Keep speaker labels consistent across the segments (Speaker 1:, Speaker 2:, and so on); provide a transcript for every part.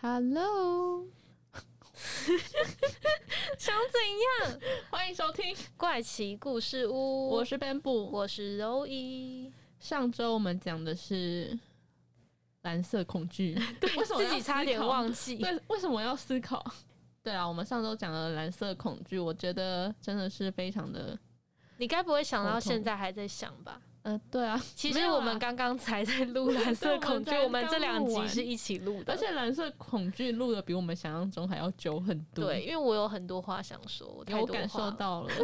Speaker 1: Hello，
Speaker 2: 想怎样？
Speaker 3: 欢迎收听，
Speaker 2: 怪奇故事屋，
Speaker 3: 我是 Bamboo。
Speaker 2: 我是柔一，
Speaker 3: 上周我们讲的是蓝色恐 惧，对，为什么
Speaker 2: 自己差点忘
Speaker 3: 记？
Speaker 2: 记。
Speaker 3: 对，为什么要思考？对啊，我们上周讲了蓝色恐惧，我觉得真的是非常的，
Speaker 2: 你该不会想
Speaker 3: 头
Speaker 2: 到
Speaker 3: 痛
Speaker 2: 现在还在想吧？
Speaker 3: 呃，对啊，
Speaker 2: 其
Speaker 3: 没
Speaker 2: 实
Speaker 3: 有啊
Speaker 2: 我们刚刚才在录蓝色恐惧，
Speaker 3: 对
Speaker 2: 我
Speaker 3: 我们
Speaker 2: 们这两
Speaker 3: 刚录
Speaker 2: 集
Speaker 3: 完
Speaker 2: 是一起录的，
Speaker 3: 而且蓝色恐惧录的比我们想象中还要久很多。
Speaker 2: 对，因为我有很多话想说，我太
Speaker 3: 有
Speaker 2: 多
Speaker 3: 感
Speaker 2: 话
Speaker 3: 受
Speaker 2: 了。
Speaker 3: 到了。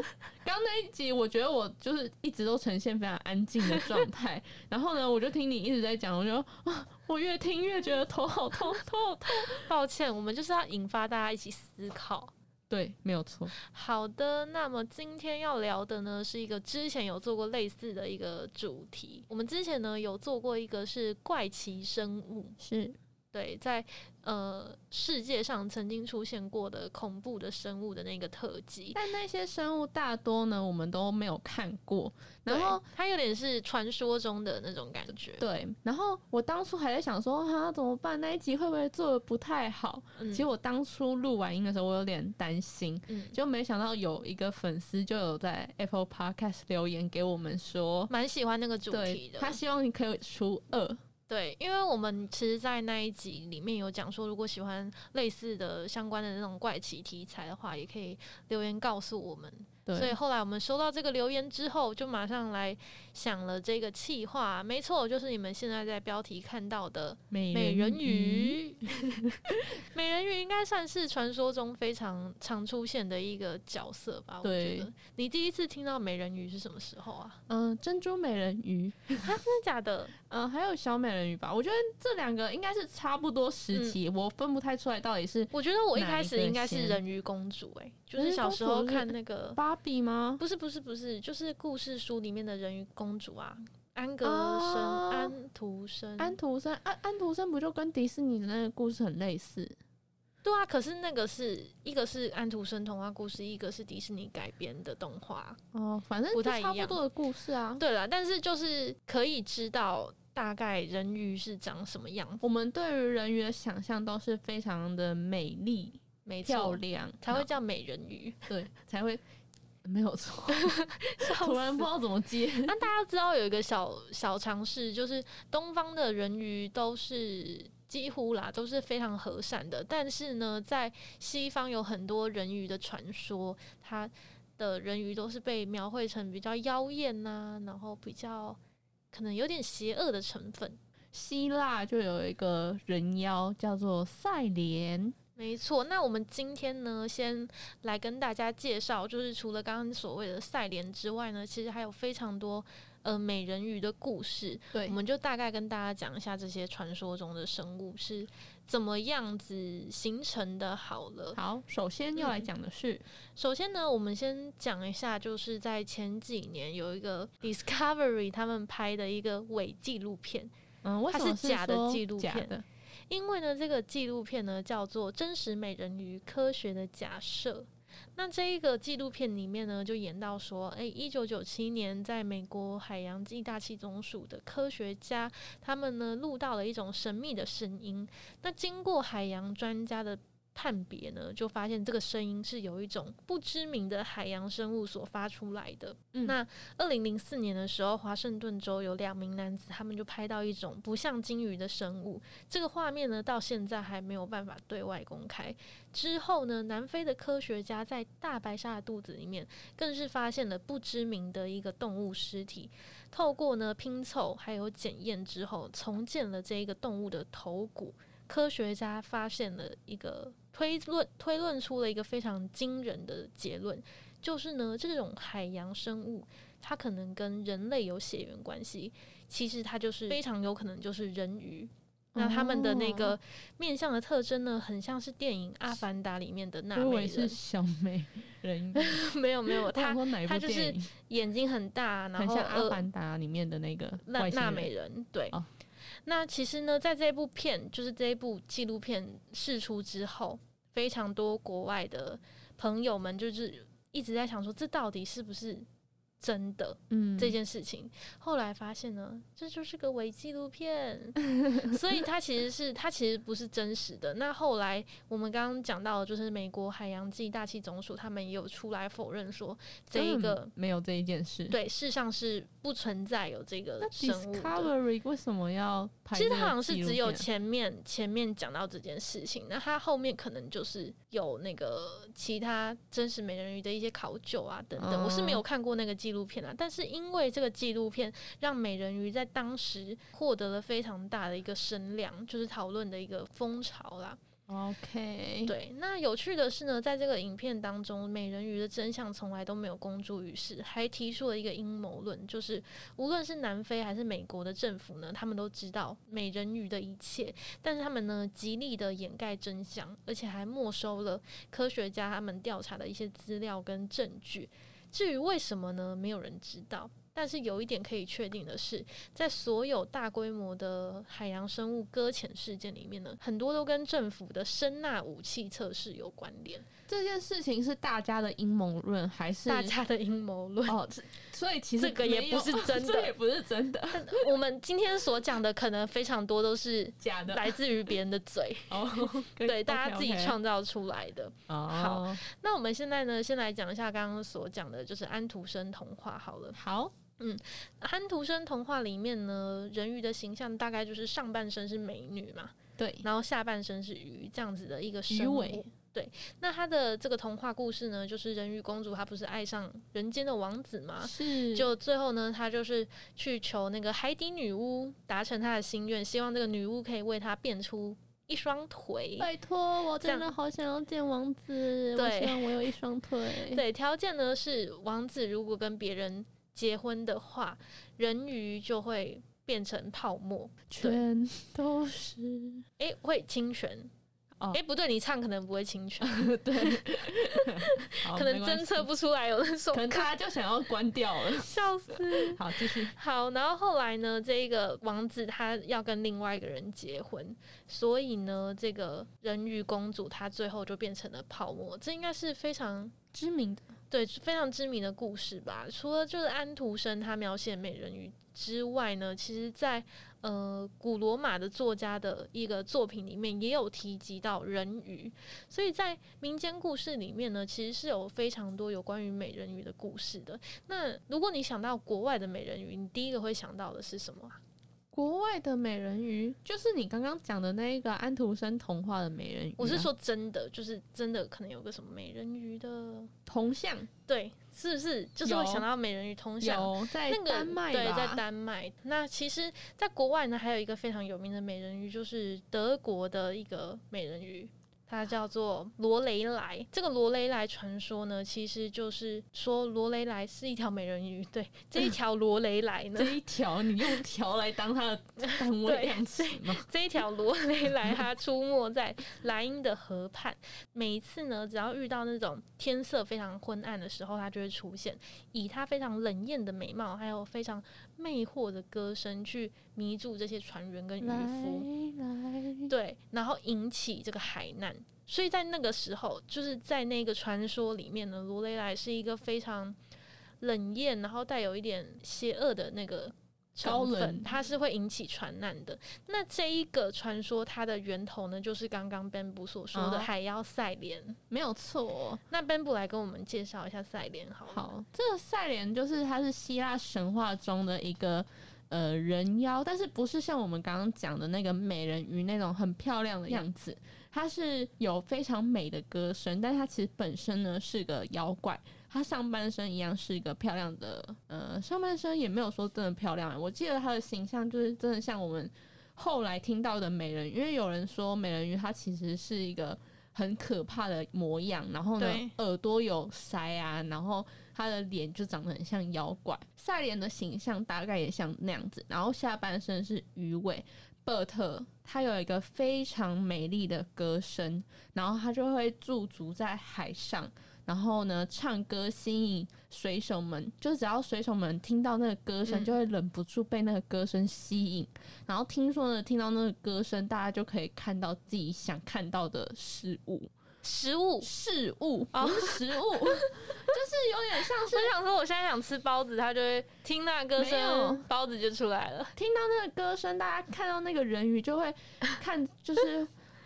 Speaker 3: 刚那一集，我觉得我就是一直都呈现非常安静的状 态，然后呢，我就听你一直在讲，我就啊，我越听越觉得头好痛，头好痛。
Speaker 2: 抱歉，我们就是要引发大家一起思考。
Speaker 3: 对，没有错。
Speaker 2: 好的，那么今天要聊的呢，是一个之前有做过类似的一个主题。我们之前呢有做过一个是怪奇生物，
Speaker 3: 是
Speaker 2: 对，在呃世界上曾经出现过的恐怖的生物的那个特辑。
Speaker 3: 但那些生物大多呢，我们都没有看过。然后
Speaker 2: 对它有点是传说中的那种感觉，
Speaker 3: 对，然后我当初还在想说，哈、怎么办？那一集会不会做的不太好？
Speaker 2: 嗯
Speaker 3: 其实我当初录完音的时候，我有点担心，
Speaker 2: 嗯
Speaker 3: 就没想到有一个粉丝就有在 Apple Podcast 留言给我们说，
Speaker 2: 蛮喜欢那个主题
Speaker 3: 对
Speaker 2: 的。
Speaker 3: 他希望你可以出二，
Speaker 2: 对，因为我们其实，在那一集里面有讲说，如果喜欢类似的相关的那种怪奇题材的话，也可以留言告诉我们。
Speaker 3: 对，
Speaker 2: 所以后来我们收到这个留言之后，就马上来想了这个企划。没错，就是你们现在在标题看到的
Speaker 3: 美
Speaker 2: 美人
Speaker 3: 鱼，
Speaker 2: 鱼。 美人鱼应该算是传说中非常常出现的一个角色吧？我觉
Speaker 3: 对
Speaker 2: 得。你第一次听到美人鱼是什么时候 啊？
Speaker 3: 嗯、珍珠美人鱼，
Speaker 2: 真的假的？
Speaker 3: 嗯、还有小美人鱼吧，我觉得这两个应该是差不多时期，我分不太出来到底是
Speaker 2: 我觉得我一开始
Speaker 3: 哪一个
Speaker 2: 应该是
Speaker 3: 先
Speaker 2: 人鱼公主、欸，就
Speaker 3: 人
Speaker 2: 是
Speaker 3: 鱼
Speaker 2: 小
Speaker 3: 公
Speaker 2: 时
Speaker 3: 主
Speaker 2: 候
Speaker 3: 是
Speaker 2: 看 那个，
Speaker 3: 芭比吗？
Speaker 2: 不是不是不是，就是故事书里面的人鱼公主啊，安格生、
Speaker 3: 哦
Speaker 2: 安徒生、
Speaker 3: 安徒生，安安徒生不就跟迪士尼的那个故事很类似？
Speaker 2: 对啊，可是那个是一个是安徒生童话故事，一个是迪士尼改编的动画。
Speaker 3: 哦，反正
Speaker 2: 不
Speaker 3: 就
Speaker 2: 太一
Speaker 3: 差不
Speaker 2: 样
Speaker 3: 多的故事啊。
Speaker 2: 对啦，但是就是可以知道大概人鱼是长什么样子，
Speaker 3: 我们对于人鱼的想象都是非常的美丽、
Speaker 2: 没
Speaker 3: 漂
Speaker 2: 错，
Speaker 3: 亮，
Speaker 2: 才会
Speaker 3: 然
Speaker 2: 叫美人鱼。
Speaker 3: 后对， 才会没有错。 突
Speaker 2: 突
Speaker 3: 然不知道怎么接，
Speaker 2: 那大家知道有一个小小常识，就是东方的人鱼都是几乎啦都是非常和善的，但是呢，在西方有很多人鱼的传说，它的人鱼都是被描绘成比较妖艳呐、然后比较可能有点邪恶的成分。
Speaker 3: 希腊就有一个人妖叫做赛莲，
Speaker 2: 没错，那我们今天呢，先来跟大家介绍，就是除了刚刚所谓的赛莲之外呢，其实还有非常多呃美人鱼的故事。
Speaker 3: 对
Speaker 2: 我们就大概跟大家讲一下这些传说中的生物是怎么样子形成的。好嗯了，
Speaker 3: 好，首先要来讲的是，
Speaker 2: 首先呢，我们先讲一下，就是在前几年有一个 Discovery 他们拍的一个伪纪录片，
Speaker 3: 嗯，为什
Speaker 2: 它
Speaker 3: 么
Speaker 2: 是假的
Speaker 3: 说
Speaker 2: 纪录
Speaker 3: 假
Speaker 2: 片
Speaker 3: 的？
Speaker 2: 因为呢，这个纪录片呢叫做《真实美人鱼：科学的假设》。那这一个纪录片里面呢，就演到说，诶，一九九七年在美国海洋暨大气总署的科学家，他们呢录到了一种神秘的声音。那经过海洋专家的判别呢，就发现这个声音是由一种不知名的海洋生物所发出来的。
Speaker 3: 嗯
Speaker 2: 那二零零四年的时候，华盛顿州有两名男子，他们就拍到一种不像鲸鱼的生物，这个画面呢，到现在还没有办法对外公开。之后呢，南非的科学家在大白鲨的肚子里面，更是发现了不知名的一个动物尸体。透过呢拼凑还有检验之后，重建了这一个动物的头骨。科学家发现了一个推论，推论出了一个非常惊人的结论，就是呢，这种海洋生物它可能跟人类有血缘关系，其实它就是非常有可能就是人鱼。那他们的那个面相的特征呢，很像是电影《阿凡达》里面的纳
Speaker 3: 我以
Speaker 2: 美
Speaker 3: 为是
Speaker 2: 人。
Speaker 3: 小美人鱼，
Speaker 2: 没有没有，
Speaker 3: 我想
Speaker 2: 他
Speaker 3: 说哪一
Speaker 2: 他
Speaker 3: 部
Speaker 2: 就是
Speaker 3: 电影？
Speaker 2: 眼睛很大，然
Speaker 3: 很
Speaker 2: 后
Speaker 3: 像《阿
Speaker 2: 呃
Speaker 3: 凡达》里面的那个
Speaker 2: 纳
Speaker 3: 外星
Speaker 2: 纳
Speaker 3: 人
Speaker 2: 美人，对。
Speaker 3: 哦
Speaker 2: 那其实呢，在这部片，就是这一部纪录片释出之后，非常多国外的朋友们就是一直在想说，这到底是不是真的
Speaker 3: 嗯
Speaker 2: 这件事情？后来发现呢，这就是个伪纪录片， 所以它其实是它其实不是真实的。那后来我们刚刚讲到的，就是美国海洋暨大气总署他们也有出来否认说，这一
Speaker 3: 嗯
Speaker 2: 个、
Speaker 3: 没有这一件事。，
Speaker 2: 对，世上是不存在有这
Speaker 3: 那
Speaker 2: 个生物的。
Speaker 3: Discovery 为什么要拍？
Speaker 2: 其实它好像是只有，前面前面讲到这件事情，那它后面可能就是有那个其他真实美人鱼的一些考究啊等等。我是没有看过那个纪录片啊，但是因为这个纪录片让美人鱼在当时获得了非常大的一个声量，就是讨论的一个风潮啦。
Speaker 3: OK，，
Speaker 2: 对，那有趣的是呢，在这个影片当中，美人鱼的真相从来都没有公诸于世，还提出了一个阴谋论，就是无论是南非还是美国的政府呢，他们都知道美人鱼的一切，但是他们呢极力的掩盖真相，而且还没收了科学家他们调查的一些资料跟证据。至于为什么呢，没有人知道。但是有一点可以确定的是，在所有大规模的海洋生物搁浅事件里面呢，很多都跟政府的声纳武器测试有关联，
Speaker 3: 这件事情是大家的阴谋论还是
Speaker 2: 大家的阴谋论。
Speaker 3: 哦，这所以其实
Speaker 2: 这个也
Speaker 3: 没有
Speaker 2: 不是真 的
Speaker 3: 这也不是真的，
Speaker 2: 但 我们今天所讲的可能非常多都 是
Speaker 3: 假的。
Speaker 2: 来自于别人的嘴，
Speaker 3: 哦，可以
Speaker 2: 对大家
Speaker 3: OK，OK
Speaker 2: 自己创造出来的。
Speaker 3: 哦，
Speaker 2: 那我们现在呢，先来讲一下刚刚所讲的，就是安徒生童话好了。
Speaker 3: 好，
Speaker 2: 安徒生童话里面呢，人鱼的形象大概就是上半身是美女嘛，
Speaker 3: 对，
Speaker 2: 然后下半身是鱼这样子的一个生
Speaker 3: 鱼
Speaker 2: 活
Speaker 3: 尾。
Speaker 2: 对，那他的这个童话故事呢，就是人鱼公主她不是爱上人间的王子吗？
Speaker 3: 是
Speaker 2: 就最后呢，她就是去求那个海底女巫达成她的心愿，希望这个女巫可以为她变出一双腿。
Speaker 3: 拜托，我
Speaker 2: 这样
Speaker 3: 真的好想要见王子，我
Speaker 2: 对
Speaker 3: 希望我有一双腿。，
Speaker 2: 对，条件呢是王子如果跟别人结婚的话，人鱼就会变成泡沫，
Speaker 3: 全都是
Speaker 2: 诶，会侵权。
Speaker 3: 哦
Speaker 2: 诶，不对，你唱可能不会侵权，
Speaker 3: 对， 哦
Speaker 2: 可能侦
Speaker 3: 真
Speaker 2: 测不出来有那首
Speaker 3: 可能
Speaker 2: 歌，
Speaker 3: 大家就想要关掉 了。
Speaker 2: 笑死。
Speaker 3: 好，继续。
Speaker 2: 好，然后后来呢，这一个王子他要跟另外一个人结婚，所以呢，这个人鱼公主她最后就变成了泡沫。这应该是非常
Speaker 3: 知名的
Speaker 2: 对非常知名的故事吧？除了就是安徒生他描写美人鱼之外呢，其实在呃古罗马的作家的一个作品里面也有提及到人鱼，所以在民间故事里面呢，其实是有非常多有关于美人鱼的故事的。那如果你想到国外的美人鱼，你第一个会想到的是什么啊？
Speaker 3: 国外的美人鱼，就是你刚刚讲的那一个安徒生童话的美人鱼啊、
Speaker 2: 我是说真的，就是真的可能有个什么美人鱼的，
Speaker 3: 铜像，
Speaker 2: 对，是不是就是会
Speaker 3: 有
Speaker 2: 想到美人鱼通像？
Speaker 3: 有在
Speaker 2: 那个
Speaker 3: 丹麦吧、
Speaker 2: 对，在丹麦。那其实，在国外呢，还有一个非常有名的美人鱼，就是德国的一个美人鱼。它叫做罗雷莱，这个罗雷莱传说呢，其实就是说罗雷莱是一条美人鱼。对，这一条罗雷莱呢
Speaker 3: 这，一条，你用条来当它的 单
Speaker 2: 对
Speaker 3: 位量词吗？
Speaker 2: 这一条罗雷莱它出没在莱茵的河畔。每一次呢，只要遇到那种天色非常昏暗的时候，它就会出现，以它非常冷艳的美貌，还有非常魅惑的歌声去迷住这些船员跟渔
Speaker 3: 来
Speaker 2: 夫，
Speaker 3: 来，
Speaker 2: 对，然后引起这个海难。所以在那个时候，就是在那个传说里面呢，罗雷莱是一个非常冷艳，然后带有一点邪恶的那个
Speaker 3: 高
Speaker 2: 成分
Speaker 3: 冷
Speaker 2: 它是会引起传染的。那这一个传说，它的源头呢，就是刚刚 Bamboo 所说的
Speaker 3: 哦
Speaker 2: 海妖赛莲。
Speaker 3: 没有错。哦
Speaker 2: 那 Bamboo 来跟我们介绍一下赛莲好了。
Speaker 3: 好，这个赛莲就是它是希腊神话中的一个呃人妖，但是不是像我们刚刚讲的那个美人鱼那种很漂亮的样子，它是有非常美的歌声，但它其实本身呢是个妖怪。它上半身一样是一个漂亮的，呃，上半身也没有说真的漂亮、啊我记得它的形象就是真的像我们后来听到的美人，因为有人说美人鱼它其实是一个很可怕的模样，然后
Speaker 2: 对
Speaker 3: 呢耳朵有腮啊，然后她的脸就长得很像妖怪，赛莲的形象大概也像那样子，然后下半身是鱼尾，伯特，他有一个非常美丽的歌声，然后他就会驻足在海上，然后呢唱歌吸引水手们，就只要水手们听到那个歌声，
Speaker 2: 嗯
Speaker 3: 就会忍不住被那个歌声吸引。然后听说呢，听到那个歌声，大家就可以看到自己想看到的事物，
Speaker 2: 食物。
Speaker 3: 事物不是食物， 就是有点像是
Speaker 2: 我想说，我现在想吃包子，他就会听那歌
Speaker 3: 没有
Speaker 2: 声，包子就出来了。
Speaker 3: 听到那个歌声，大家看到那个人鱼就会 看，就是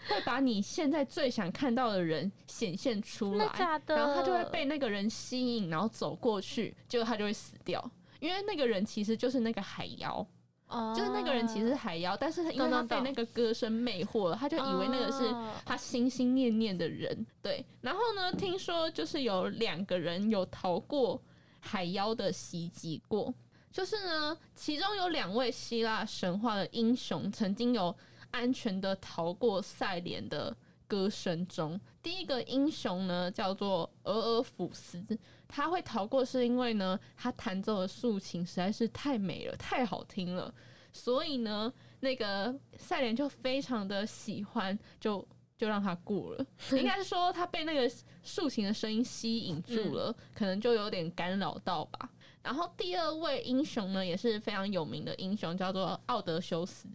Speaker 3: 会把你现在最想看到的人显现出来
Speaker 2: 真的假，的
Speaker 3: 然后他就会被那个人吸引，然后走过去，结果他就会死掉。因为那个人其实就是那个海妖，
Speaker 2: 哦
Speaker 3: 就是那个人其实是海妖，但是因为
Speaker 2: 懂
Speaker 3: 他
Speaker 2: 懂
Speaker 3: 被
Speaker 2: 懂
Speaker 3: 那个歌声魅惑了，他就以为那个是
Speaker 2: 哦
Speaker 3: 他心心念念的人。对，然后呢，听说就是有两个人有逃过海妖的袭击过，就是呢，其中有两位希腊神话的英雄曾经有安全的逃过赛莲的歌声中。第一个英雄呢叫做俄俄甫斯，他会逃过是因为呢，他弹奏的竖琴实在是太美了，太好听了，所以呢，那个赛莲就非常的喜欢，就就让他过了。应该是说他被那个竖琴的声音吸引住了，可能就有点干扰到吧。然后第二位英雄呢，也是非常有名的英雄，叫做奥德修斯。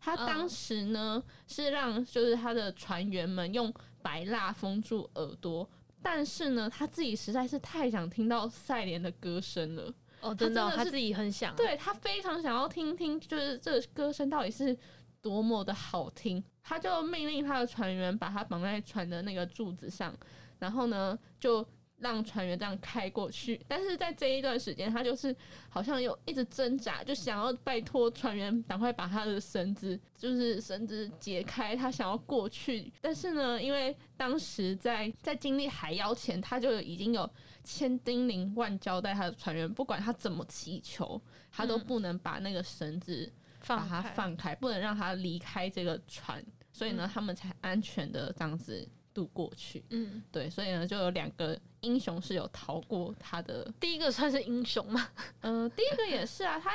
Speaker 3: 他
Speaker 2: 嗯
Speaker 3: 当时呢、是让就是他的船员们用白蜡封住耳朵，但是呢他自己实在是太想听到赛莲的歌声了，
Speaker 2: 哦，真的哦，
Speaker 3: 他真的
Speaker 2: 他
Speaker 3: 是
Speaker 2: 自己很想。，
Speaker 3: 对他非常想要听听，就是这个歌声到底是多么的好听。他就命令他的船员把他绑在船的那个柱子上，然后呢，就让船员这样开过去。但是在这一段时间，他就是好像有一直挣扎，就想要拜托船员赶快把他的绳子，就是绳子解开，他想要过去。但是呢，因为当时在在经历海妖前，他就已经有千叮咛万交代他的船员，不管他怎么祈求，他都
Speaker 2: 嗯
Speaker 3: 不能把那个绳子把
Speaker 2: 放
Speaker 3: 它
Speaker 2: 开。
Speaker 3: 放开，不能让他离开这个船，所以呢，
Speaker 2: 嗯
Speaker 3: 他们才安全的这样子渡过去。
Speaker 2: 嗯，
Speaker 3: 对，所以呢，就有两个英雄是有逃过他的。
Speaker 2: 第一个算是英雄嘛？
Speaker 3: 嗯、第一个也是啊，他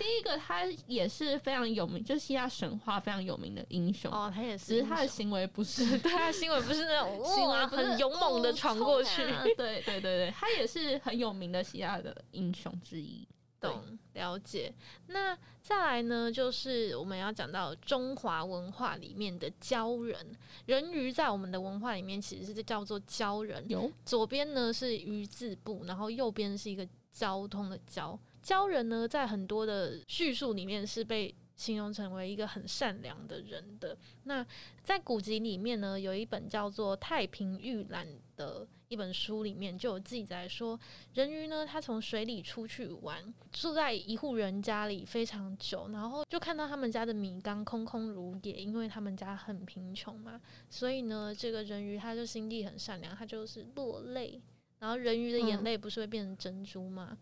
Speaker 3: 第一个他也是非常有名，就是希腊神话非常有名的英雄，
Speaker 2: 哦，他也
Speaker 3: 只是
Speaker 2: 英
Speaker 3: 他的
Speaker 2: 雄
Speaker 3: 行为不 是
Speaker 2: 对他的新闻不是那种
Speaker 3: 行为
Speaker 2: 哇，
Speaker 3: 不是
Speaker 2: 很勇猛的
Speaker 3: 哦
Speaker 2: 闯过去
Speaker 3: 冲，啊对对对对，他也是很有名的希腊的英雄之一。对
Speaker 2: 懂了解。那再来呢，就是我们要讲到中华文化里面的鲛人，人鱼在我们的文化里面其实是叫做鲛人，
Speaker 3: 有
Speaker 2: 左边呢是鱼字部，然后右边是一个交通的交。鲛人呢，在很多的叙述里面是被形容成为一个很善良的人的。那在古籍里面呢，有一本叫做《太平御览》的一本书里面就有记载说，人鱼呢，他从水里出去玩，住在一户人家里非常久，然后就看到他们家的米缸空空如也，因为他们家很贫穷嘛，所以呢，这个人鱼他就心地很善良，他就是落泪。然后人鱼的眼
Speaker 3: 嗯
Speaker 2: 泪不是会变成珍珠吗？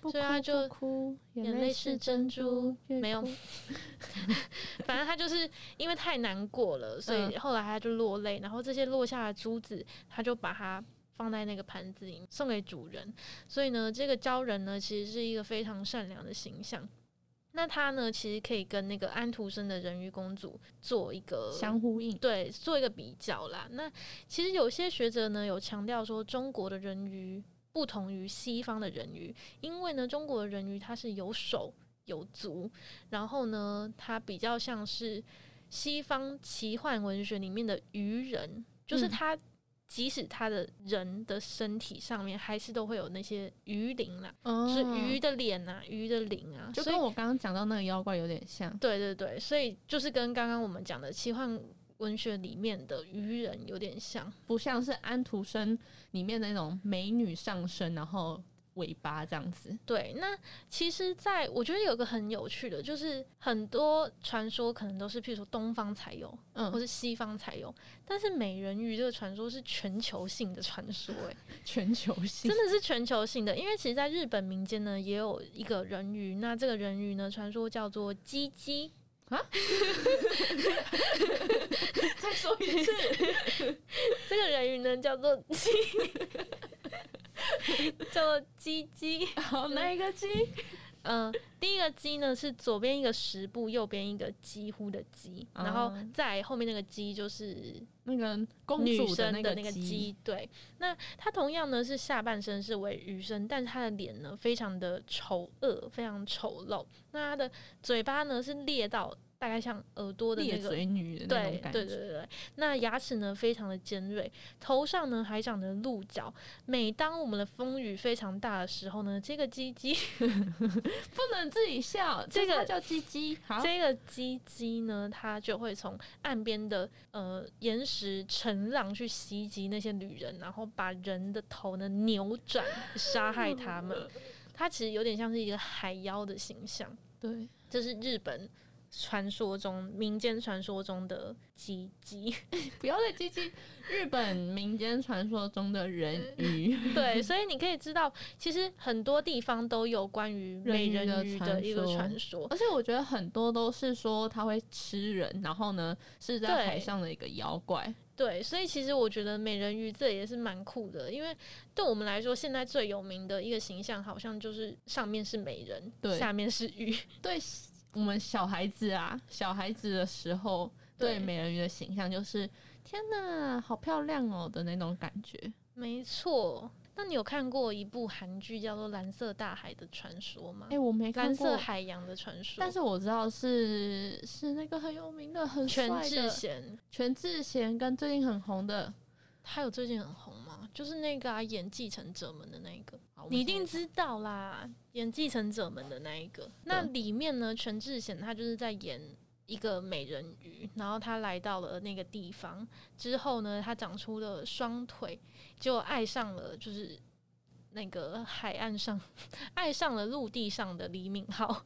Speaker 3: 不
Speaker 2: 所以他
Speaker 3: 哭
Speaker 2: 就
Speaker 3: 不哭，
Speaker 2: 眼泪是珍珠
Speaker 3: 越
Speaker 2: 没有
Speaker 3: 哭
Speaker 2: 反正他就是因为太难过了，所
Speaker 3: 嗯
Speaker 2: 以后来他就落泪。然后这些落下的珠子，他就把它放在那个盘子里送给主人。所以呢，这个鲛人呢，其实是一个非常善良的形象。那他呢，其实可以跟那个安徒生的人鱼公主做一个
Speaker 3: 相呼应。
Speaker 2: 对，做一个比较啦。那其实有些学者呢有强调说，中国的人鱼不同于西方的人鱼，因为呢，中国的人鱼它是有手有足，然后呢，它比较像是西方奇幻文学里面的鱼人，就是
Speaker 3: 嗯
Speaker 2: 它即使它的人的身体上面还是都会有那些鱼鳞啦，就是鱼的脸啊、鱼的鳞啊，
Speaker 3: 哦就
Speaker 2: 所以
Speaker 3: 跟我刚刚讲到那个妖怪有点像。
Speaker 2: 对对对，所以就是跟刚刚我们讲的奇幻文学里面的愚人有点像。
Speaker 3: 不像是安徒生里面那种美女上身，然后尾巴这样子。
Speaker 2: 对，那其实在我觉得有个很有趣的，就是很多传说可能都是譬如说东方才有，或
Speaker 3: 嗯，
Speaker 2: 是西方才有，但是美人鱼这个传说是全球性的传说、欸，
Speaker 3: 全球性
Speaker 2: 真的是全球性的，因为其实在日本民间呢也有一个人鱼，那这个人鱼呢传说叫做鸡鸡。
Speaker 3: 再说一次，
Speaker 2: 这个人鱼呢叫做鸡， 叫做鸡鸡。
Speaker 3: 好，那一个鸡？
Speaker 2: 嗯，第一个鸡呢是左边一个十步，右边一个几乎的鸡，
Speaker 3: 哦
Speaker 2: 然后再后面那个鸡就是
Speaker 3: 那个公
Speaker 2: 女
Speaker 3: 主
Speaker 2: 生
Speaker 3: 个
Speaker 2: 那个
Speaker 3: 鸡，
Speaker 2: 鸡。对，那它同样呢是下半身是为鱼身，但是它的脸呢非常的丑恶，非常丑陋。那它的嘴巴呢是裂到大概像耳朵的那
Speaker 3: 裂
Speaker 2: 个
Speaker 3: 嘴女的那
Speaker 2: 对
Speaker 3: 种感
Speaker 2: 对
Speaker 3: 觉，
Speaker 2: 对对对，那牙齿呢非常的尖锐，头上呢还长着鹿角。每当我们的风雨非常大的时候呢，这个鸡鸡，
Speaker 3: 不能自己笑，
Speaker 2: 这
Speaker 3: 就
Speaker 2: 个
Speaker 3: 是它叫鸡 鸡。好，
Speaker 2: 这个鸡鸡呢，它就会从岸边的呃岩石沉浪去袭击那些旅人，然后把人的头呢扭转，杀害他们。它其实有点像是一个海妖的形象，
Speaker 3: 对，
Speaker 2: 这是日本传说中民间传说中的鸡鸡。
Speaker 3: 不要再鸡鸡。日本民间传说中的人
Speaker 2: 嗯
Speaker 3: 鱼，
Speaker 2: 对，所以你可以知道，其实很多地方都有关于美
Speaker 3: 人鱼的
Speaker 2: 人鱼的
Speaker 3: 传
Speaker 2: 一个
Speaker 3: 说
Speaker 2: 传说。
Speaker 3: 而且我觉得很多都是说它会吃人，然后呢是在
Speaker 2: 对
Speaker 3: 海上的一个妖怪。
Speaker 2: 对，所以其实我觉得美人鱼这也是蛮酷的，因为对我们来说，现在最有名的一个形象好像就是上面是美人，
Speaker 3: 对
Speaker 2: 下面是鱼。
Speaker 3: 对我们小孩子啊，小孩子的时候对
Speaker 2: 对
Speaker 3: 美人鱼的形象就是天哪，好漂亮哦的那种感觉。
Speaker 2: 没错。那你有看过一部韩剧叫做《蓝色大海的传说》吗？
Speaker 3: 哎、我没看
Speaker 2: 蓝
Speaker 3: 过
Speaker 2: 色，海洋的传说，
Speaker 3: 但是我知道是是那个很有名的、很帅
Speaker 2: 全
Speaker 3: 的
Speaker 2: 智贤
Speaker 3: 全智贤跟最近很红的，
Speaker 2: 他有最近很红吗？就是那个啊，演《继承者们》的那一个。
Speaker 3: 好
Speaker 2: 你一定知道啦，演《继承者们》的那一个。那里面呢，全智贤她就是在演一个美人鱼，然后她来到了那个地方之后呢，她长出了双腿，就爱上了就是那个海岸上， 爱上了陆地上的李敏镐。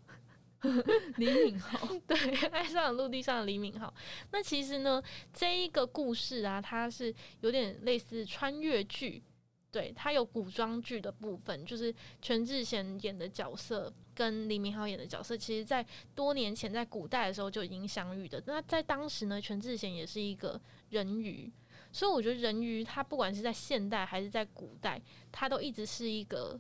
Speaker 3: 李敏镐，
Speaker 2: 对，爱上了陆地上的李敏镐。那其实呢，这一个故事啊，它是有点类似穿越剧，对，它有古装剧的部分，就是全智贤演的角色跟李敏镐演的角色，其实在多年前在古代的时候就已经相遇的。那在当时呢，全智贤也是一个人鱼。所以我觉得人鱼，它不管是在现代还是在古代，它都一直是一个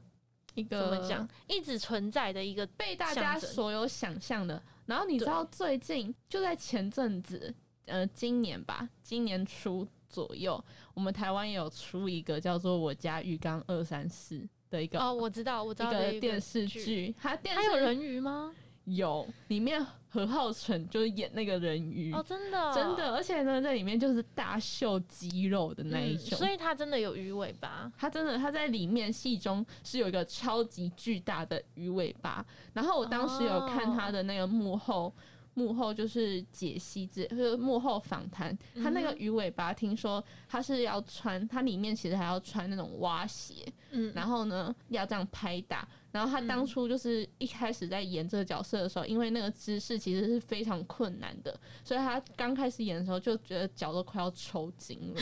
Speaker 3: 一
Speaker 2: 怎么
Speaker 3: 个
Speaker 2: 讲，一直存在的一个
Speaker 3: 被大家
Speaker 2: 象征
Speaker 3: 所有想象的。然后你知
Speaker 2: 对
Speaker 3: 道最近就在前阵子，呃，今年吧，今年初左右，我们台湾也有出一个叫做《我家浴缸二三四》的一个、
Speaker 2: 哦，我知道，我知
Speaker 3: 一
Speaker 2: 道的
Speaker 3: 个电视
Speaker 2: 剧
Speaker 3: 剧，它电视
Speaker 2: 还有人鱼吗？
Speaker 3: 有里面何浩晨就是演那个人鱼。
Speaker 2: 哦，真的，
Speaker 3: 真的，而且呢，在里面就是大秀肌肉的
Speaker 2: 嗯
Speaker 3: 那一种，
Speaker 2: 所以它真的有鱼尾巴。
Speaker 3: 它真的，它在里面戏中是有一个超级巨大的鱼尾巴。然后我当时有看
Speaker 2: 哦
Speaker 3: 它的那个幕后，幕后就是解析之，就是幕后访谈。它那个
Speaker 2: 嗯哼
Speaker 3: 鱼尾巴，听说它是要穿，它里面其实还要穿那种蛙鞋，
Speaker 2: 嗯，
Speaker 3: 然后呢要这样拍打。然后他当
Speaker 2: 嗯
Speaker 3: 初就是一开始在演这个角色的时候，因为那个姿势其实是非常困难的，所以他刚开始演的时候就觉得脚都快要抽筋了。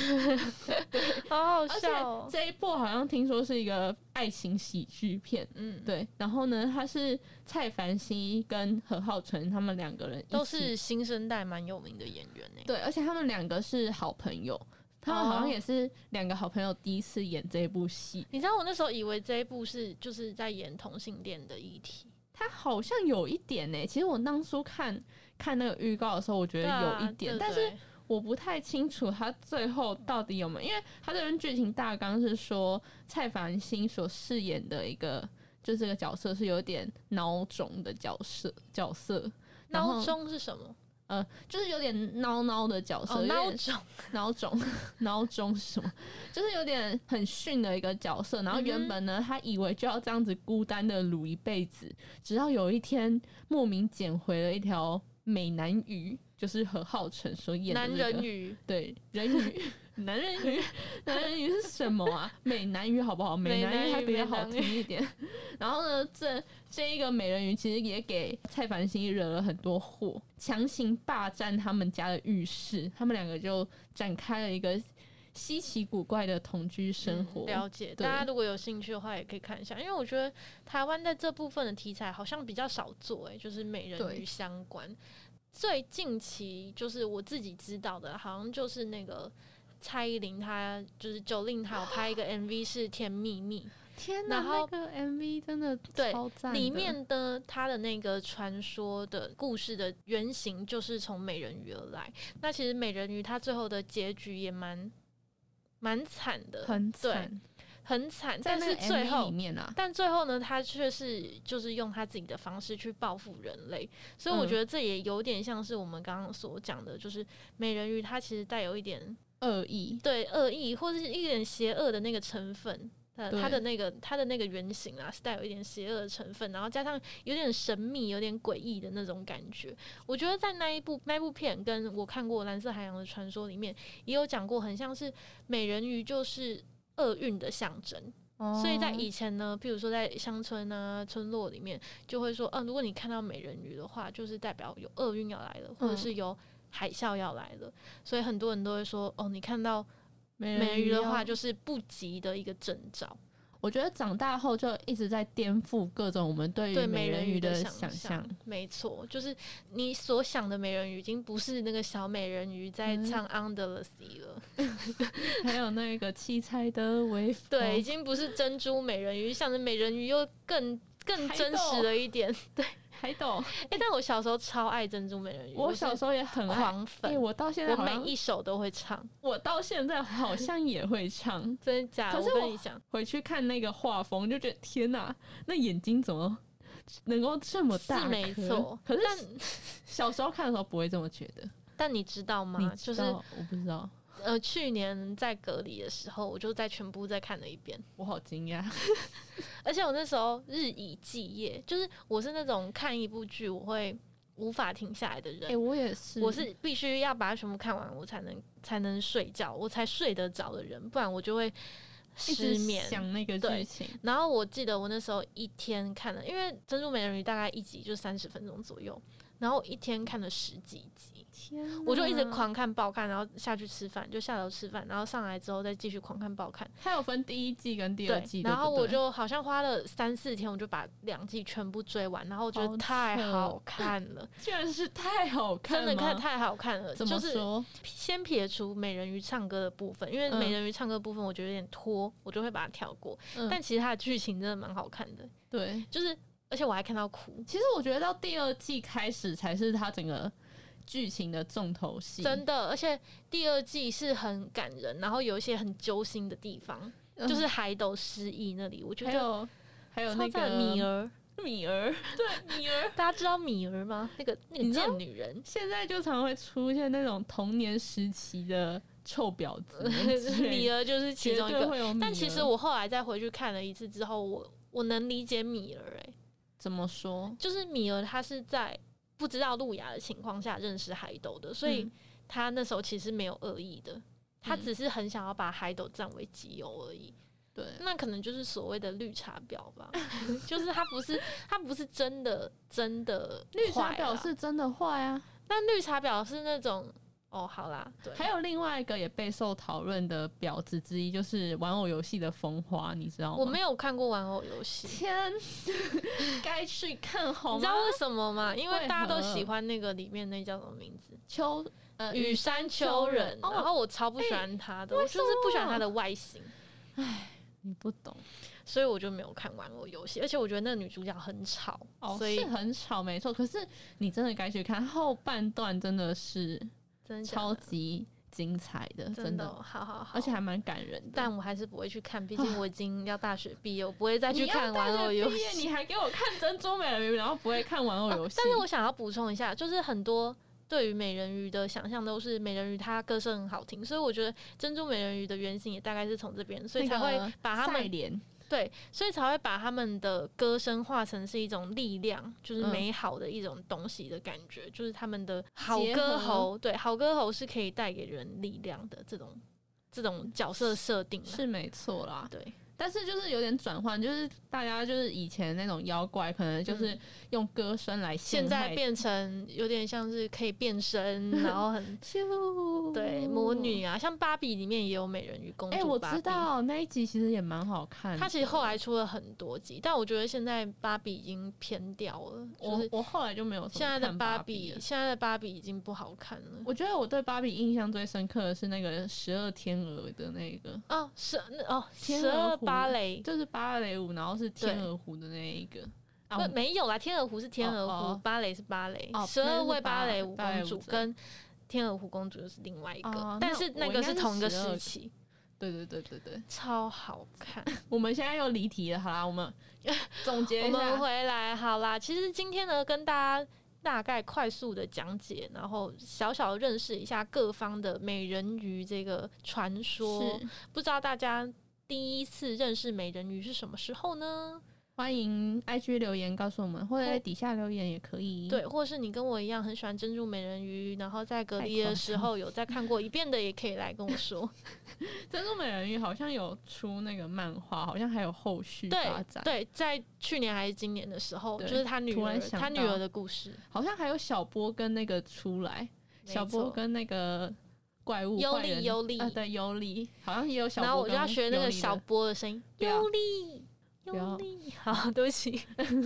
Speaker 2: 好好
Speaker 3: 而
Speaker 2: 笑、
Speaker 3: 且
Speaker 2: 哦。
Speaker 3: 这一部好像听说是一个爱情喜剧片，
Speaker 2: 嗯，
Speaker 3: 对。然后呢，他是蔡凡熙跟何浩晨他们两个人一起
Speaker 2: 都是新生代蛮有名的演员欸呢、
Speaker 3: 对，而且他们两个是好朋友，他们好像
Speaker 2: 哦
Speaker 3: 也是两个好朋友第一次演这一部戏。
Speaker 2: 你知道我那时候以为这一部是就是在演同性恋的议题，
Speaker 3: 他好像有一点呢、其实我当初看看那个预告的时候，我觉得
Speaker 2: 对啊
Speaker 3: 有一点，
Speaker 2: 对
Speaker 3: 但
Speaker 2: 对
Speaker 3: 是我不太清楚他最后到底有没有，因为他这边剧情大纲是说蔡凡新所饰演的一个就这个角色是有点孬种的角色角色，然后
Speaker 2: 孬中是什么？
Speaker 3: 呃，就是有点孬孬的角色，
Speaker 2: 哦，
Speaker 3: 有点
Speaker 2: 孬中，
Speaker 3: 孬种 孬种是什么？就是有点很逊的一个角色。然后
Speaker 2: 嗯
Speaker 3: 原本呢，他以为就要这样子孤单的撸一辈子，直到有一天莫名捡回了一条美男鱼，就是何浩晨所演的、
Speaker 2: 男人，鱼，
Speaker 3: 对人 鱼。男人鱼，男人鱼是什么啊？ 美男鱼好不好？美
Speaker 2: 美
Speaker 3: 男鱼
Speaker 2: 男
Speaker 3: 还
Speaker 2: 鱼
Speaker 3: 比较
Speaker 2: 美
Speaker 3: 好
Speaker 2: 男
Speaker 3: 听一点。 然后呢，这这一个美人鱼其实也给蔡凡新惹了很多祸，强行霸占他们家的浴室，他们两个就展开了一个稀奇古怪的同居 生活。
Speaker 2: 嗯了解，
Speaker 3: 对
Speaker 2: 大家如果有兴趣的话，也可以看一下，因为我觉得台湾在这部分的题材好像比较少做、欸，就是美人
Speaker 3: 对
Speaker 2: 鱼相关。最近期就是我自己知道的，好像就是那个蔡依林，她就是九令，她有拍一个 MV 是《甜蜜蜜》，
Speaker 3: 天哪，
Speaker 2: 然后
Speaker 3: 那个 MV 真的
Speaker 2: 对
Speaker 3: 超赞的，
Speaker 2: 里面的它的那个传说的故事的原型就是从美人鱼而来。那其实美人鱼它最后的结局也蛮蛮惨的，
Speaker 3: 很
Speaker 2: 对
Speaker 3: 惨，
Speaker 2: 很惨，
Speaker 3: 在
Speaker 2: 但
Speaker 3: 那
Speaker 2: 是
Speaker 3: 个
Speaker 2: 最
Speaker 3: MV 里
Speaker 2: 后。
Speaker 3: 面啊，
Speaker 2: 但最后呢，他却是就是用他自己的方式去报复人类，所以我
Speaker 3: 嗯
Speaker 2: 觉得这也有点像是我们刚刚所讲的，就是美人鱼它其实带有一点
Speaker 3: 恶意，
Speaker 2: 对恶意或者是一点邪恶的那个成分。呃，
Speaker 3: 对
Speaker 2: 它的那个它的那个原型啊，是带有一点邪恶的成分，然后加上有点神秘、有点诡异的那种感觉。我觉得在那一部那一部片跟我看过《蓝色海洋的传说》里面也有讲过，很像是美人鱼就是厄运的象征。所以在
Speaker 3: 哦
Speaker 2: 以前呢，譬如说在乡村啊、村落里面，就会说，嗯、如果你看到美人鱼的话，就是代表有厄运要来了，或者
Speaker 3: 嗯
Speaker 2: 是有海啸要来了。所以很多人都会说，哦，你看到
Speaker 3: 美
Speaker 2: 美人鱼的
Speaker 3: 嗯要
Speaker 2: 话，就是不吉的一个征兆。
Speaker 3: 我觉得长大后就一直在颠覆各种我们对于
Speaker 2: 对美
Speaker 3: 人
Speaker 2: 人鱼
Speaker 3: 的
Speaker 2: 想
Speaker 3: 象。
Speaker 2: 没错，就是你所想的美人鱼，已经不是那个小美人鱼在
Speaker 3: 嗯哦
Speaker 2: 唱《Under the Sea》了。
Speaker 3: 还有那个七彩的微风，
Speaker 2: 对，已经不是珍珠美人鱼，像是美人鱼又 更更
Speaker 3: 海
Speaker 2: 真
Speaker 3: 斗
Speaker 2: 实了一点。
Speaker 3: 海斗，
Speaker 2: 哎、但我小时候超爱珍珠美人鱼，
Speaker 3: 我
Speaker 2: 是
Speaker 3: 小时候也很爱，
Speaker 2: 狂
Speaker 3: 哎、
Speaker 2: 粉，
Speaker 3: 我到现在
Speaker 2: 我
Speaker 3: 好
Speaker 2: 每
Speaker 3: 像
Speaker 2: 一首都会唱，
Speaker 3: 我到现在好像也会唱。
Speaker 2: 真的假的？
Speaker 3: 可是
Speaker 2: 我跟
Speaker 3: 我
Speaker 2: 你讲，
Speaker 3: 回去看那个画风，就觉得天哪、那眼睛怎么能够这么大
Speaker 2: 是
Speaker 3: 颗？
Speaker 2: 没错，
Speaker 3: 可是
Speaker 2: 但
Speaker 3: 小时候看的时候不会这么觉得。
Speaker 2: 但你知道吗？
Speaker 3: 你知
Speaker 2: 就是
Speaker 3: 道我不知道，
Speaker 2: 呃，去年在隔离的时候，我就再全部再看了一遍，
Speaker 3: 我好惊讶。
Speaker 2: 而且我那时候日以继夜，就是我是那种看一部剧我会无法停下来的人。
Speaker 3: 哎、我也是，
Speaker 2: 我是必须要把它全部看完，我才能才能睡觉，我才睡得着的人，不然我就会
Speaker 3: 一直
Speaker 2: 失眠。
Speaker 3: 想那个
Speaker 2: 对
Speaker 3: 剧情。
Speaker 2: 然后我记得我那时候一天看了，因为《珍珠美人鱼》大概一集就三十分钟左右，然后我一天看了十几集，
Speaker 3: 天哪，
Speaker 2: 我就一直狂看爆看，然后下去吃饭，就下楼吃饭，然后上来之后再继续狂看爆看，
Speaker 3: 它有分第一季跟第二
Speaker 2: 对
Speaker 3: 季，的，
Speaker 2: 然后
Speaker 3: 对不
Speaker 2: 我
Speaker 3: 对
Speaker 2: 就好像花了三四天，我就把两季全部追完，然后我觉得
Speaker 3: 好
Speaker 2: 太
Speaker 3: 扯
Speaker 2: 好看了，
Speaker 3: 居然是太好 看
Speaker 2: 真
Speaker 3: 吗，
Speaker 2: 的看太好看了，
Speaker 3: 怎
Speaker 2: 就
Speaker 3: 么
Speaker 2: 是
Speaker 3: 说？
Speaker 2: 先撇除美人鱼唱歌的部分，因为
Speaker 3: 嗯
Speaker 2: 美人鱼唱歌部分我觉得有点拖，我就会把它跳过，
Speaker 3: 嗯
Speaker 2: 但其实它的剧情真的蛮好看的，
Speaker 3: 对，
Speaker 2: 就是而且我还看到哭。
Speaker 3: 其实我觉得到第二季开始才是它整个剧情的重头戏，
Speaker 2: 真的，而且第二季是很感人，然后有一些很揪心的地方，
Speaker 3: 嗯
Speaker 2: 就是海斗失忆那里，我觉
Speaker 3: 还
Speaker 2: 得
Speaker 3: 有还有
Speaker 2: 超
Speaker 3: 那
Speaker 2: 赞
Speaker 3: 个
Speaker 2: 的米儿，
Speaker 3: 米儿， 对米儿，
Speaker 2: 大家知道米儿吗？那个那个
Speaker 3: 你知道
Speaker 2: 贱女 人，
Speaker 3: 现在就常会出现那种童年时期的臭婊 子之类的，
Speaker 2: 米儿就是其
Speaker 3: 绝
Speaker 2: 中一
Speaker 3: 对
Speaker 2: 个。
Speaker 3: 会有米儿。
Speaker 2: 但其实我后来再回去看了一次之后，我我能理解米儿、欸，
Speaker 3: 怎么说？
Speaker 2: 就是米儿她是在不知道路亚的情况下认识海斗的，所以
Speaker 3: 嗯
Speaker 2: 她那时候其实没有恶意的，她
Speaker 3: 嗯
Speaker 2: 只是很想要把海斗占为己有而已。
Speaker 3: 对，
Speaker 2: 那可能就是所谓的绿茶婊吧， 就是他不是他不是真的真的
Speaker 3: 绿茶
Speaker 2: 坏啦
Speaker 3: 婊是，真的坏啊。
Speaker 2: 但绿茶婊是那种哦，好啦，对，
Speaker 3: 还有另外一个也备受讨论的婊子之一，就是玩偶游戏的风花，你知道吗？
Speaker 2: 我没有看过玩偶游戏，
Speaker 3: 天，该去看好
Speaker 2: 你知
Speaker 3: 吗
Speaker 2: 道？为什么吗？因为
Speaker 3: 为
Speaker 2: 大家都
Speaker 3: 何
Speaker 2: 喜欢那个里面那叫什么名字？
Speaker 3: 秋呃
Speaker 2: 羽
Speaker 3: 雨
Speaker 2: 山
Speaker 3: 秋
Speaker 2: 秋
Speaker 3: 人
Speaker 2: 人，
Speaker 3: 哦
Speaker 2: 然后我超不喜欢他的，
Speaker 3: 为
Speaker 2: 我就是
Speaker 3: 什
Speaker 2: 不喜欢
Speaker 3: 么
Speaker 2: 他的外形，
Speaker 3: 你不懂
Speaker 2: 所以我就没有看玩偶游戏，而且我觉得那个女主角很吵，
Speaker 3: 哦，
Speaker 2: 所以
Speaker 3: 是很吵没错，可是你真的该去看后半段，真的是
Speaker 2: 真的假
Speaker 3: 超
Speaker 2: 的
Speaker 3: 级精彩的，真的，
Speaker 2: 真的哦好好好，
Speaker 3: 而且还蛮感人的。
Speaker 2: 但我还是不会去看，毕竟我已经要大学毕业，我不会再去看玩偶
Speaker 3: 你要
Speaker 2: 游
Speaker 3: 大学毕业
Speaker 2: 戏。
Speaker 3: 你还给我看《珍珠美人鱼》，然后不会看玩偶游戏、
Speaker 2: 但是我想要补充一下，就是很多对于美人鱼的想象都是美人鱼她歌声很好听，所以我觉得珍珠美人鱼的原型也大概是从这边，所以才会把他
Speaker 3: 赛
Speaker 2: 们
Speaker 3: 莲
Speaker 2: 对，所以才会把他们的歌声化成是一种力量，就是美好的一种东西的感觉，就是他们的好
Speaker 3: 嗯结合
Speaker 2: 歌喉，对，好歌喉是可以带给人力量的这种这种角色设定啊，
Speaker 3: 是没错啦。
Speaker 2: 对。
Speaker 3: 但是就是有点转换，就是大家就是以前那种妖怪，可能就是用歌声来陷
Speaker 2: 嗯现在
Speaker 3: 害
Speaker 2: 变成有点像是可以变身，然后很
Speaker 3: 咻
Speaker 2: 对魔女啊，像芭比里面也有美人鱼公主。
Speaker 3: 哎、我
Speaker 2: 芭
Speaker 3: 知
Speaker 2: 比，
Speaker 3: 道那一集其实也蛮好看的。
Speaker 2: 它其实后来出了很多集，但我觉得现在芭比已经偏掉了，就
Speaker 3: 我
Speaker 2: 是
Speaker 3: 我后来就没有什么
Speaker 2: 现在的
Speaker 3: 看
Speaker 2: 芭
Speaker 3: 芭
Speaker 2: 比，
Speaker 3: 了
Speaker 2: 现在的芭比已经不好看了。
Speaker 3: 我觉得我对芭比印象最深刻的是那个十二天鹅的那个
Speaker 2: 哦，十那哦，
Speaker 3: 天
Speaker 2: 十二
Speaker 3: 鹅湖
Speaker 2: 芭蕾。
Speaker 3: 就是芭蕾舞，然后是天
Speaker 2: 对
Speaker 3: 鹅湖的那一个啊，
Speaker 2: 不，
Speaker 3: 我
Speaker 2: 没有啦，天鹅湖是天鹅湖，
Speaker 3: 哦哦
Speaker 2: 芭蕾是芭蕾
Speaker 3: 哦，
Speaker 2: 十二、
Speaker 3: 那是
Speaker 2: 位
Speaker 3: 芭
Speaker 2: 芭
Speaker 3: 蕾
Speaker 2: 蕾舞
Speaker 3: 芭蕾
Speaker 2: 公
Speaker 3: 舞
Speaker 2: 主
Speaker 3: 者
Speaker 2: 跟天鹅湖公主又是另外一个，
Speaker 3: 哦
Speaker 2: 但
Speaker 3: 那
Speaker 2: 是那
Speaker 3: 我
Speaker 2: 个
Speaker 3: 应该
Speaker 2: 是
Speaker 3: 是
Speaker 2: 同一个
Speaker 3: 12
Speaker 2: 时
Speaker 3: 个
Speaker 2: 期，
Speaker 3: 对对对对 对，
Speaker 2: 超好看。
Speaker 3: 我们现在又离题了，好啦，我 们总结
Speaker 2: 我
Speaker 3: 一
Speaker 2: 们
Speaker 3: 下，
Speaker 2: 回来好啦，其实今天呢，跟大家大概快速的讲解，然后小小地认识一下各方的美人鱼这个传说。
Speaker 3: 是
Speaker 2: 不知道大家第一次认识美人鱼是什么时候呢？
Speaker 3: 欢迎 IG 留言告诉我们，或者在底下留言也可以。
Speaker 2: 对，或是你跟我一样很喜欢珍珠美人鱼，然后在隔离的时候有再看过一遍的，也可以来跟我 说。
Speaker 3: 珍珠美人鱼好像有出那个漫画，好像还有后续发
Speaker 2: 对
Speaker 3: 展，
Speaker 2: 对，在去年还是今年的时候，
Speaker 3: 对
Speaker 2: 就是他女
Speaker 3: 突然
Speaker 2: 儿
Speaker 3: 想
Speaker 2: 他女
Speaker 3: 到
Speaker 2: 儿的故事，
Speaker 3: 好像还有小波跟那个出来，
Speaker 2: 没
Speaker 3: 小波
Speaker 2: 错
Speaker 3: 跟那个怪物
Speaker 2: 尤
Speaker 3: 怪
Speaker 2: 里
Speaker 3: 人
Speaker 2: 尤里
Speaker 3: 啊，对尤里，好像也有小波。
Speaker 2: 然后我就要学那个小
Speaker 3: 波。
Speaker 2: 波的声音，
Speaker 3: 不要
Speaker 2: 尤力，
Speaker 3: 不要
Speaker 2: 尤力。好，对不起。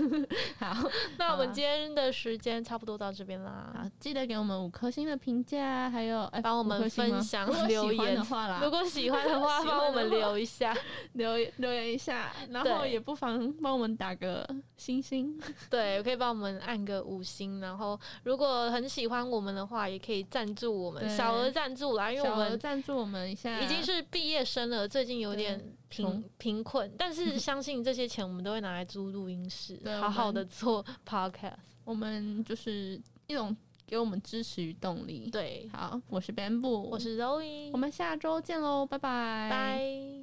Speaker 3: 好
Speaker 2: 那我
Speaker 3: 好啊
Speaker 2: 们今天的时间差不多到这边啦。
Speaker 3: 好，记得给我们五颗星的评价，还有哎
Speaker 2: 帮我们
Speaker 3: 五颗星吗
Speaker 2: 分享
Speaker 3: 如果喜
Speaker 2: 留
Speaker 3: 欢
Speaker 2: 言
Speaker 3: 的话啦，
Speaker 2: 如果喜欢 的话，
Speaker 3: 喜欢的
Speaker 2: 帮我们
Speaker 3: 话
Speaker 2: 留一下。
Speaker 3: 留留言一下，然后
Speaker 2: 对
Speaker 3: 也不妨帮我们打个星星。
Speaker 2: 对，可以帮我们按个五星，然后如果很喜欢我们的话，也可以赞助我们，
Speaker 3: 对
Speaker 2: 小额赞助啦，因为我
Speaker 3: 小额
Speaker 2: 们
Speaker 3: 赞助我们一下，
Speaker 2: 已经是毕业生了，最近有
Speaker 3: 对
Speaker 2: 点
Speaker 3: 穷
Speaker 2: 贫贫困，但 是相信这些钱我们都会拿来租录音室
Speaker 3: 对，
Speaker 2: 好
Speaker 3: 我
Speaker 2: 好
Speaker 3: 们
Speaker 2: 的做 podcast。
Speaker 3: 我们就是一种给我们支持与动力。，
Speaker 2: 对，
Speaker 3: 好，我是 Bamboo，
Speaker 2: 我是 Zoe，
Speaker 3: 我们下周见喽，拜拜，
Speaker 2: 拜。